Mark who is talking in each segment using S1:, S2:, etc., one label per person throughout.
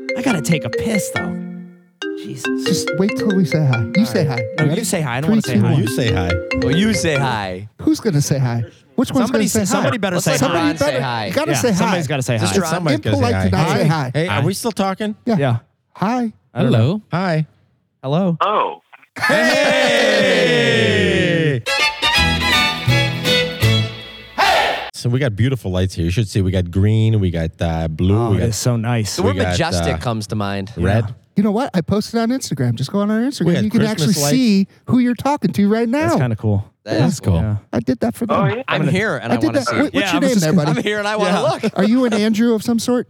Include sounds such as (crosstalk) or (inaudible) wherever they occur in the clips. S1: to take a piss, though. Jesus.
S2: Just wait till we say hi. You say hi.
S1: No,
S2: Ready?
S1: Oh, you say hi. I don't
S2: Three,
S1: wanna say
S2: two,
S1: hi.
S2: one.
S3: You say hi.
S4: Well, you say hi.
S2: Who's gonna say hi? Which one's
S1: Somebody,
S2: gonna say
S1: say, somebody
S2: hi?
S1: better
S4: Let's
S1: say
S4: let
S1: hi.
S4: Ron
S2: Somebody
S4: say
S2: better.
S4: hi.
S2: You gotta
S1: Yeah,
S2: say hi.
S1: somebody's got to say hi.
S4: Just Ron.
S3: Somebody's gonna say
S2: impolite
S3: hi.
S2: to not say
S3: hey,
S2: hi.
S3: hey,
S1: Hi.
S3: are we still talking?
S2: Yeah.
S1: Yeah.
S2: Hi.
S1: I don't know.
S3: Hi.
S1: Hello.
S5: Oh,
S3: So we got beautiful lights here. You should see. We got green. We got uh, blue.
S1: Oh,
S3: we
S1: it
S3: got
S1: is so nice.
S4: The word
S3: We got,
S4: majestic
S3: uh,
S4: comes to mind.
S3: red.
S2: You know what? I posted on Instagram. Just go on our
S3: We
S2: Instagram.
S3: had
S2: You can
S3: Christmas
S2: actually
S3: lights.
S2: see who you're talking to right now.
S1: That's kind of cool.
S4: That is
S3: That's cool.
S1: Yeah.
S2: I did that for them.
S5: oh yeah.
S4: I'm here and I,
S2: I did
S4: want to
S2: that.
S4: see.
S2: What-
S4: it.
S1: Yeah,
S2: what's
S1: I
S2: your
S1: was
S2: name
S1: just
S2: there,
S1: gonna-
S2: buddy?
S4: (laughs) I'm here and I want to look.
S2: Are you an Andrew of some sort?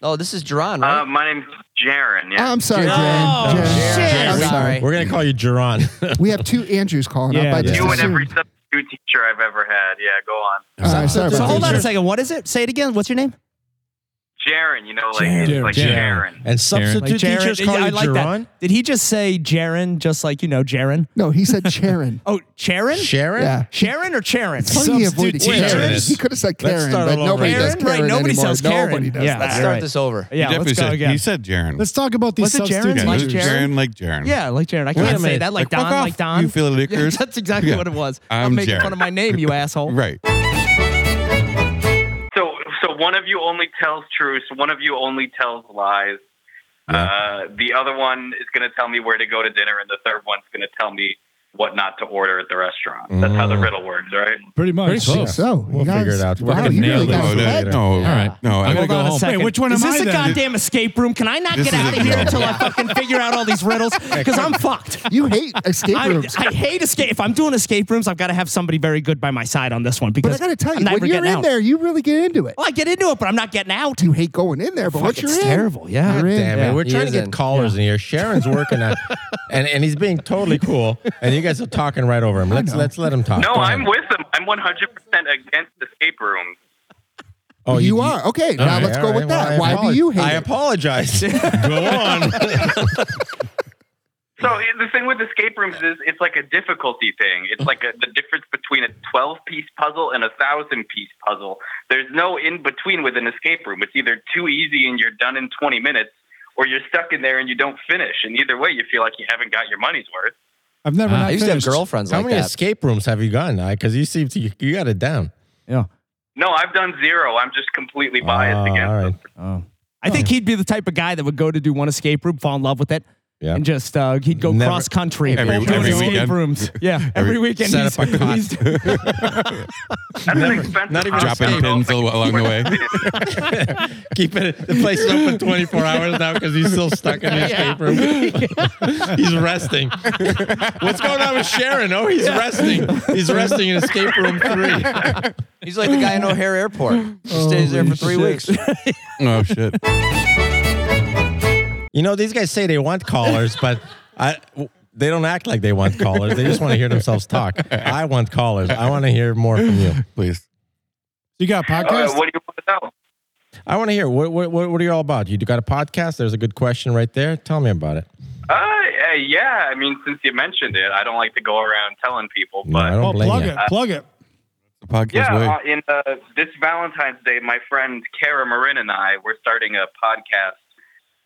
S4: Oh, this is Jerron, right?
S5: Uh, my name's Jaron. Yeah.
S3: Um,
S2: I'm sorry, Jan.
S1: Oh,
S2: Jan.
S4: Jaron,
S2: I'm
S4: Jaron,
S2: sorry.
S4: sorry.
S3: We're gonna call
S2: (laughs)
S3: you Geron.
S2: We have two Andrews calling
S1: Yeah,
S2: up. I
S1: yeah.
S2: just
S5: you and
S2: assumed.
S5: every substitute teacher I've ever had. Yeah, go on.
S2: All right, sorry
S1: So
S2: about
S1: hold
S2: that.
S1: on a second. What is it? Say it again. What's your name?
S5: Jaron, you know, like it's like
S3: Jaron.
S5: Sharon.
S3: And substitute teachers call
S1: Yeah,
S3: you Geron.
S1: Did he just say Jaron, just like, you know, Jaron?
S2: No, he said Sharon.
S1: Oh, (laughs) Sharon?
S3: Sharon.
S2: Yeah.
S1: Sharon or Charon?
S2: It's funny he avoided
S3: Substitute
S2: Karen.
S3: teachers.
S2: He could have said
S3: Let's
S2: Karen,
S3: start
S2: but
S3: all over
S2: nobody
S3: again.
S2: does
S1: Karen? Right,
S2: Karen
S1: nobody
S2: anymore.
S1: says Karen.
S2: Nobody does
S1: Yeah,
S2: that.
S4: Let's
S1: You're
S4: start
S1: right.
S4: this over.
S1: Yeah,
S6: He
S1: let's
S6: definitely
S1: go
S6: said,
S1: again.
S6: He said Jaron.
S1: Let's talk about
S6: Was it Jaron like
S1: Jaron?
S6: Jaron? Like Jaron.
S1: Yeah, like Jaron. I can't say
S3: minute.
S1: that like
S6: Fuck
S1: Don,
S6: off,
S1: like Don.
S6: You feel it,
S1: yeah, that's exactly
S6: Yeah.
S1: what it was.
S6: I'm
S1: I'm making
S6: Jaron.
S1: fun of my name,
S6: (laughs)
S1: you asshole.
S6: Right.
S5: So, so one of you only tells truths. One of you only tells lies. Uh, the other one is going to tell me where to go to dinner, and the third one's going to tell me what not to order at the restaurant. That's how the
S3: Mm.
S5: riddle works, right?
S7: Pretty much.
S3: Pretty
S2: think
S3: close.
S2: so. You
S3: We'll figure
S2: guys-
S3: it out.
S2: wow,
S3: Fucking
S2: you really
S3: nailed it.
S2: guys
S3: Oh,
S2: were
S3: dude.
S2: bad.
S6: No. All right. No, I gotta
S1: Hold
S6: go
S1: on a
S6: home.
S1: second.
S7: Wait, which one
S1: is
S7: am
S1: this
S7: I
S1: a
S7: then?
S1: goddamn escape room? Can I not
S6: This
S1: get out
S6: is
S1: of
S6: a
S1: here
S6: no.
S1: until I fucking figure out all these riddles? Because I'm fucked.
S2: You hate escape
S1: I,
S2: rooms.
S1: I hate escape. If I'm doing escape rooms, I've got to have somebody very good by my side on this one. Because
S2: But I got to tell
S1: I'm
S2: you,
S1: never
S2: when you're
S1: getting
S2: in
S1: out.
S2: there, you really get into it.
S1: well, I get into it, but I'm not getting out.
S2: You hate going in there, but
S1: Fuck,
S2: once you're
S1: it's
S2: in,
S1: terrible. Yeah.
S2: you're in.
S3: Damn
S1: Yeah.
S3: it, we're
S4: He
S3: trying to
S4: is
S3: get
S4: in.
S3: callers in here. Sharon's working
S2: (laughs)
S3: on, and and he's being totally cool. And you guys are talking right over him. Let's let's let him talk.
S5: No,
S3: Go
S5: I'm
S3: ahead.
S5: with them. I'm 100% against escape rooms.
S3: Oh,
S2: you are okay.
S3: All
S2: now
S3: right,
S2: let's
S3: all
S2: go
S3: right.
S2: with
S3: Well,
S2: that.
S3: I
S2: Why
S3: apolog-
S2: do you hate
S3: I
S2: it?
S3: apologize. (laughs) go on.
S5: So eh, the thing with escape rooms is it's like a difficulty thing. It's like a, the difference between a 12-piece puzzle and a 1,000-piece puzzle. There's no in-between with an escape room. It's either too easy and you're done in 20 minutes, or you're stuck in there and you don't finish. And either way, you feel like you haven't got your money's worth.
S7: I've never. not
S4: I used to have
S7: finished.
S4: girlfriends
S3: How
S4: like
S3: many
S4: that.
S3: escape rooms have you gone? Because you seem to you, you got it down.
S7: Yeah.
S5: No, I've done zero. I'm just completely biased
S3: Ah,
S5: against
S3: all
S5: them.
S3: right.
S7: Oh.
S1: I think he'd be the type of guy that would go to do one escape room, fall in love with it,
S3: Yeah.
S1: and just uh, he'd go
S3: Never-
S1: cross country
S6: Every-
S1: doing
S6: every
S1: escape
S6: weekend.
S1: rooms. Yeah, every,
S6: Every-
S1: weekend.
S3: Set
S1: (laughs) he's-
S3: up a cot.
S1: he's-
S5: That's an expensive
S3: not even
S5: hobby.
S6: Dropping pins al- along the
S7: (laughs)
S6: way.
S3: Keep it. The place is open 24 hours now because he's still stuck in the escape room. (laughs) he's resting. What's going on with Sharon? Oh, he's resting. He's resting in escape room three.
S4: He's like the guy in O'Hare Airport. He stays there for three weeks.
S6: Oh shit.
S3: You know, these guys say they want callers, but I. w- They don't act like they want callers. They just want to hear themselves talk. I want callers. I want to hear more from you.
S6: Please.
S7: You got a
S5: All right,
S7: podcast?
S5: Uh, what do you want to know?
S3: I want to hear what, what what what are you all about? You got a podcast? There's a good question right there. Tell me about it.
S5: Uh, uh, yeah, I mean, since you mentioned it, I don't like to go around telling people,
S3: No, I
S5: but
S3: don't
S7: Well,
S3: blame
S7: plug
S3: you.
S5: Uh,
S7: it. Plug it.
S6: The podcast
S5: yeah,
S6: way.
S5: uh, in uh, this Valentine's Day, my friend Kara Marin and I we're starting a podcast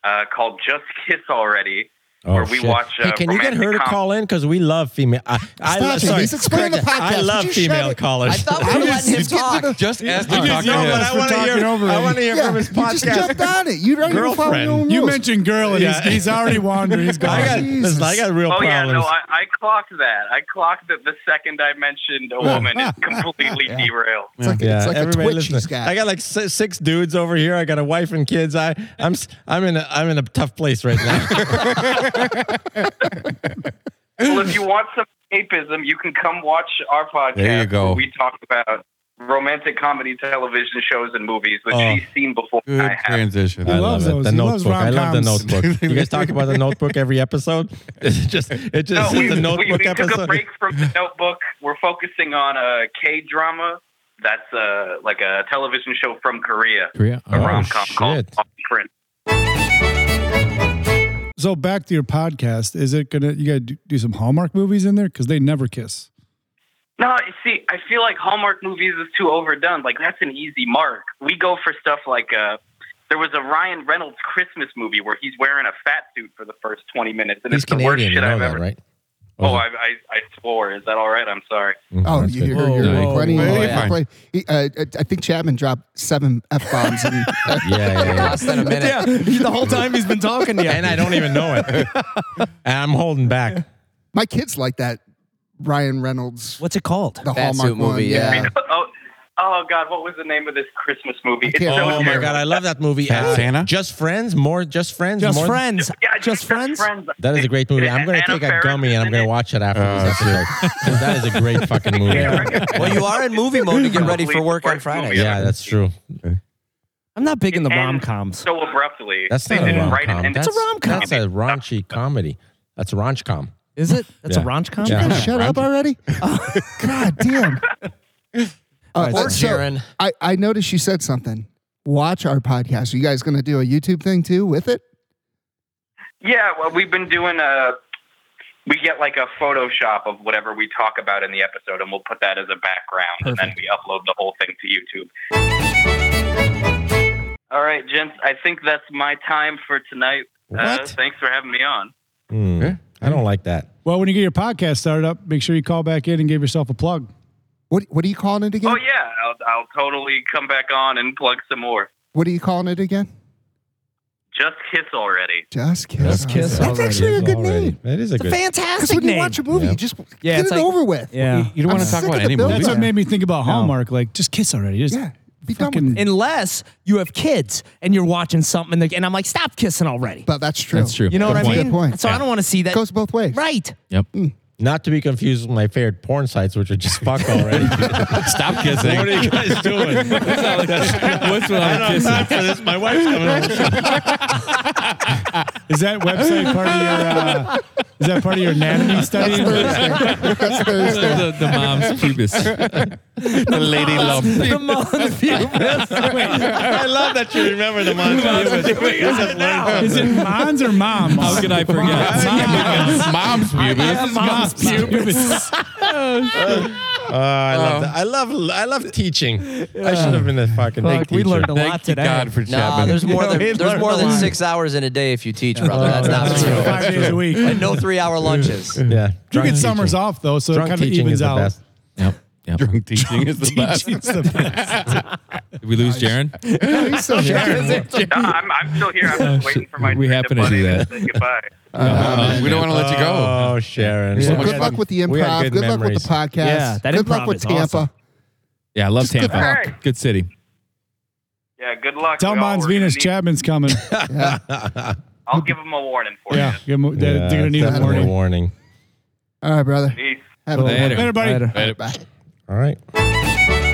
S5: uh, called Just Kiss Already,
S3: Oh,
S5: where we
S3: shit.
S5: watch. Uh,
S3: Hey, can you get
S5: romantic
S3: her to
S5: com-
S3: call in? Because we love female. I, I
S2: Stop
S3: love,
S2: it.
S3: sorry,
S2: He's explaining the
S3: correct that.
S2: podcast.
S3: (laughs) I
S2: Would
S3: love
S2: you shut
S3: female
S2: it?
S3: callers.
S4: I thought we were letting him
S2: Just get to
S4: talk.
S2: the-
S6: Just ask
S7: You
S6: him to
S7: just
S6: talk to
S7: yelled
S6: him.
S7: at
S3: I
S7: us for
S3: want to
S7: talking
S3: hear.
S7: over
S3: I
S7: him.
S3: want to hear
S2: Yeah,
S3: from his
S2: you just jumped
S3: podcast.
S2: on it. You don't even follow your own
S3: Girlfriend.
S7: You
S2: rules.
S7: mentioned girl, and
S3: Yeah.
S7: he's, he's already wandering. He's gone.
S3: (laughs) I got, listen, I got real
S5: Oh yeah,
S3: problems.
S5: no, I, I clocked that. I clocked that the second I mentioned a woman, it completely derailed.
S2: It's like,
S3: yeah,
S2: it's like a
S3: everybody
S2: Twitch he's
S3: listen.
S2: got.
S3: I got like si- six dudes over here. I got a wife and kids. I, I'm, s- I'm in, a, I'm in a tough place
S2: (laughs)
S3: right now.
S5: well, if you want some escapism, you can come watch our podcast.
S6: There you go.
S5: where we talk about romantic comedy television shows and movies, which
S3: Oh.
S5: she's seen before. I
S6: Good
S5: have.
S6: transition.
S3: I
S7: He
S3: love
S7: loves
S3: it.
S7: those.
S3: The
S7: He loves
S3: notebook. I love the
S7: rom-coms.
S6: (laughs)
S3: notebook. You guys talk about the notebook every episode. (laughs) It's just, it just, it's
S5: no, we,
S3: a
S5: we,
S3: notebook
S5: we took a
S3: episode.
S5: break from the Notebook. We're focusing on a K drama. That's uh, like a television show from Korea,
S6: Korea.
S5: a rom com called
S3: shit.
S5: Off Print.
S7: So back to your podcast. Is it gonna? You gotta do, do some Hallmark movies in there because they never kiss.
S5: No, you see, I feel like Hallmark movies is too overdone. Like that's an easy mark. We go for stuff like uh, There was a Ryan Reynolds Christmas movie where he's wearing a fat suit for the first 20 minutes, and
S8: He's
S5: it's the worst
S8: Canadian,
S5: shit
S8: you know
S5: I've
S8: that,
S5: ever.
S8: right?
S5: Oh, I, I, I swore. Is that all right? I'm sorry.
S2: Oh, you hear, you're,
S7: Whoa, whoa,
S2: plenty.
S7: whoa,
S2: you're
S6: yeah.
S2: plenty- he- uh, uh, I think Chapman dropped seven f bombs.
S8: yeah, yeah, yeah.
S4: Less than a minute.
S1: Yeah, he- the whole time he's been talking to you.
S3: and I don't even know it. (laughs) and I'm holding back.
S2: My kids like that Ryan Reynolds,
S1: What's it called?
S2: the
S4: Fat
S2: Hallmark
S4: suit movie,
S2: one.
S4: yeah.
S5: Oh, oh God, what was the name of this Christmas movie? It's so
S2: can't
S3: Oh my
S5: terrible.
S3: god, I love that movie.
S6: Fat
S3: Uh,
S6: Santa?
S3: Just friends, more just friends,
S1: Just
S3: more
S1: friends.
S5: Yeah,
S1: just, friends.
S3: That is a great movie. I'm going to
S5: Anna
S3: take a
S5: Faris
S3: gummy and
S5: is
S3: I'm
S5: in
S3: going
S5: it.
S3: to watch it after
S6: Oh,
S3: this episode. 'Cause (laughs) that is a great fucking movie. (laughs) Yeah,
S4: Well, you are in movie mode to get ready for work
S5: (laughs)
S4: on Friday.
S3: that's true.
S1: I'm not big in the
S5: It
S1: rom
S5: ends
S1: coms.
S5: So abruptly.
S3: That's
S5: They
S3: not a
S5: didn't
S3: rom
S5: write it,
S3: com.
S5: and
S3: That's
S1: It's a rom-com.
S3: That's a raunchy comedy. That's a raunch com.
S1: Is it? That's a
S3: Yeah.
S1: raunch com.
S3: Yeah.
S2: Guys, (laughs) shut up already. (laughs) God damn. Uh,
S4: Poor
S2: so
S4: Sharon.
S2: I, I noticed you said something. Watch our podcast. Are you guys going to do a YouTube thing too with it?
S5: Yeah, well, we've been doing a. We get like a Photoshop of whatever we talk about in the episode, and we'll put that as a background, and then we upload the whole thing to YouTube. All right, gents. I think that's my time for tonight. Uh,
S3: What?
S5: thanks for having me on.
S3: Hmm. I don't like that.
S7: Well, when you get your podcast started up, make sure you call back in and give yourself a plug.
S2: What What are you calling it again?
S5: Oh yeah, I'll, I'll totally come back on and plug some more.
S2: What are you calling it again?
S5: Just kiss already.
S2: Just kiss.
S1: Just Kiss
S2: That's
S1: already.
S2: actually a good
S3: Already.
S2: name.
S3: It is a good.
S2: Because
S1: Fantastic
S2: when you
S1: name.
S2: watch a movie,
S3: Yeah.
S2: you just
S1: Yeah,
S2: get
S1: it's
S2: it
S1: like-
S2: over with.
S1: yeah.
S6: You don't want
S2: I'm
S6: to talk
S2: sick
S6: about
S2: of
S6: any
S2: the
S6: movie.
S2: build-up.
S7: That's
S2: Yeah.
S7: what made me think about Hallmark. Like, just kiss already. Just, (laughs)
S2: Yeah. Be done
S7: Fucking-
S2: with it.
S1: Unless you have kids and you're watching something, and I'm like, stop kissing already.
S2: But that's true.
S8: That's true.
S1: you know
S2: Good
S1: what
S2: point.
S1: I
S2: Good
S1: mean?
S2: point.
S1: So I don't want to see that.
S2: It goes both ways.
S1: right.
S8: Yep.
S3: Not to be confused with my favorite porn sites, which are just fuck
S5: (laughs)
S3: already.
S6: Stop kissing.
S3: what are you guys
S6: (laughs)
S3: doing?
S8: What's wrong
S3: I don't have time for this. My wife's coming over.
S7: Is that website part of your? Uh, is that part of your anatomy
S2: That's
S7: study?
S2: Thursday. That's Thursday.
S8: the, the mom's
S7: (laughs)
S8: pubis. the lady lump.
S1: The mom's pubis.
S3: I love that you remember the monster.
S7: Is it mons or moms?
S8: How could I
S3: (laughs)
S7: Mom.
S8: forget? Mom's pubis.
S1: mom's pubis.
S3: Oh, I love that. I love I love teaching. I should have been a fucking
S1: Fuck,
S3: big
S1: we
S3: teacher.
S1: learned a
S6: Thank
S1: lot
S6: you
S1: today.
S6: God for
S4: Nah,
S6: Chapman.
S4: there's more
S1: You know,
S4: than
S1: he
S4: there's
S1: learned
S4: more
S1: a
S4: than
S1: lot.
S4: six hours in a day if you teach, brother. That's not
S3: that's
S4: true.
S3: true.
S7: Five days a
S4: (laughs)
S7: week.
S4: And no three-hour lunches.
S3: yeah,
S7: You
S3: drunk
S7: get summers
S3: teaching.
S7: off though, so
S3: Drunk
S7: it kind of
S3: teaching is
S7: evens
S3: the (laughs)
S7: out. (laughs)
S3: best.
S8: Yep. Yep.
S6: Drunk teaching is the best.
S7: Teaching's the best.
S8: Did we lose Jaron?
S2: He's so good.
S6: (laughs)
S5: No, I'm, I'm still
S8: (laughs)
S5: here. I'm just waiting for my.
S8: Oh, We
S5: friend to
S8: happen to do
S5: butt in and
S8: that.
S5: say (laughs) Goodbye.
S6: Uh, we don't want to let you go.
S3: Oh, Sharon.
S2: So
S3: We
S2: good
S3: had-
S2: luck with the
S3: we had
S2: improv. Good, luck with
S3: memories.
S2: the podcast.
S1: Yeah, that
S2: good
S1: improv
S2: luck with
S1: is
S2: Tampa.
S1: awesome.
S8: Yeah, I love
S2: good
S8: Tampa.
S5: luck.
S8: Good city.
S5: Yeah, good luck.
S7: Tell
S5: We all
S7: Mons
S5: were gonna
S7: Venus
S5: need-
S7: Chapman's coming.
S2: Yeah.
S5: I'll give him a warning for
S7: yeah,
S5: you.
S7: give 'em- they're,
S3: Yeah,
S7: they're gonna need a
S3: that's
S2: definitely.
S7: warning.
S3: warning.
S2: All right, brother.
S5: Peace.
S2: Have a good one.
S8: Later.
S7: Later, buddy.
S8: Later.
S2: Bye.
S3: All right.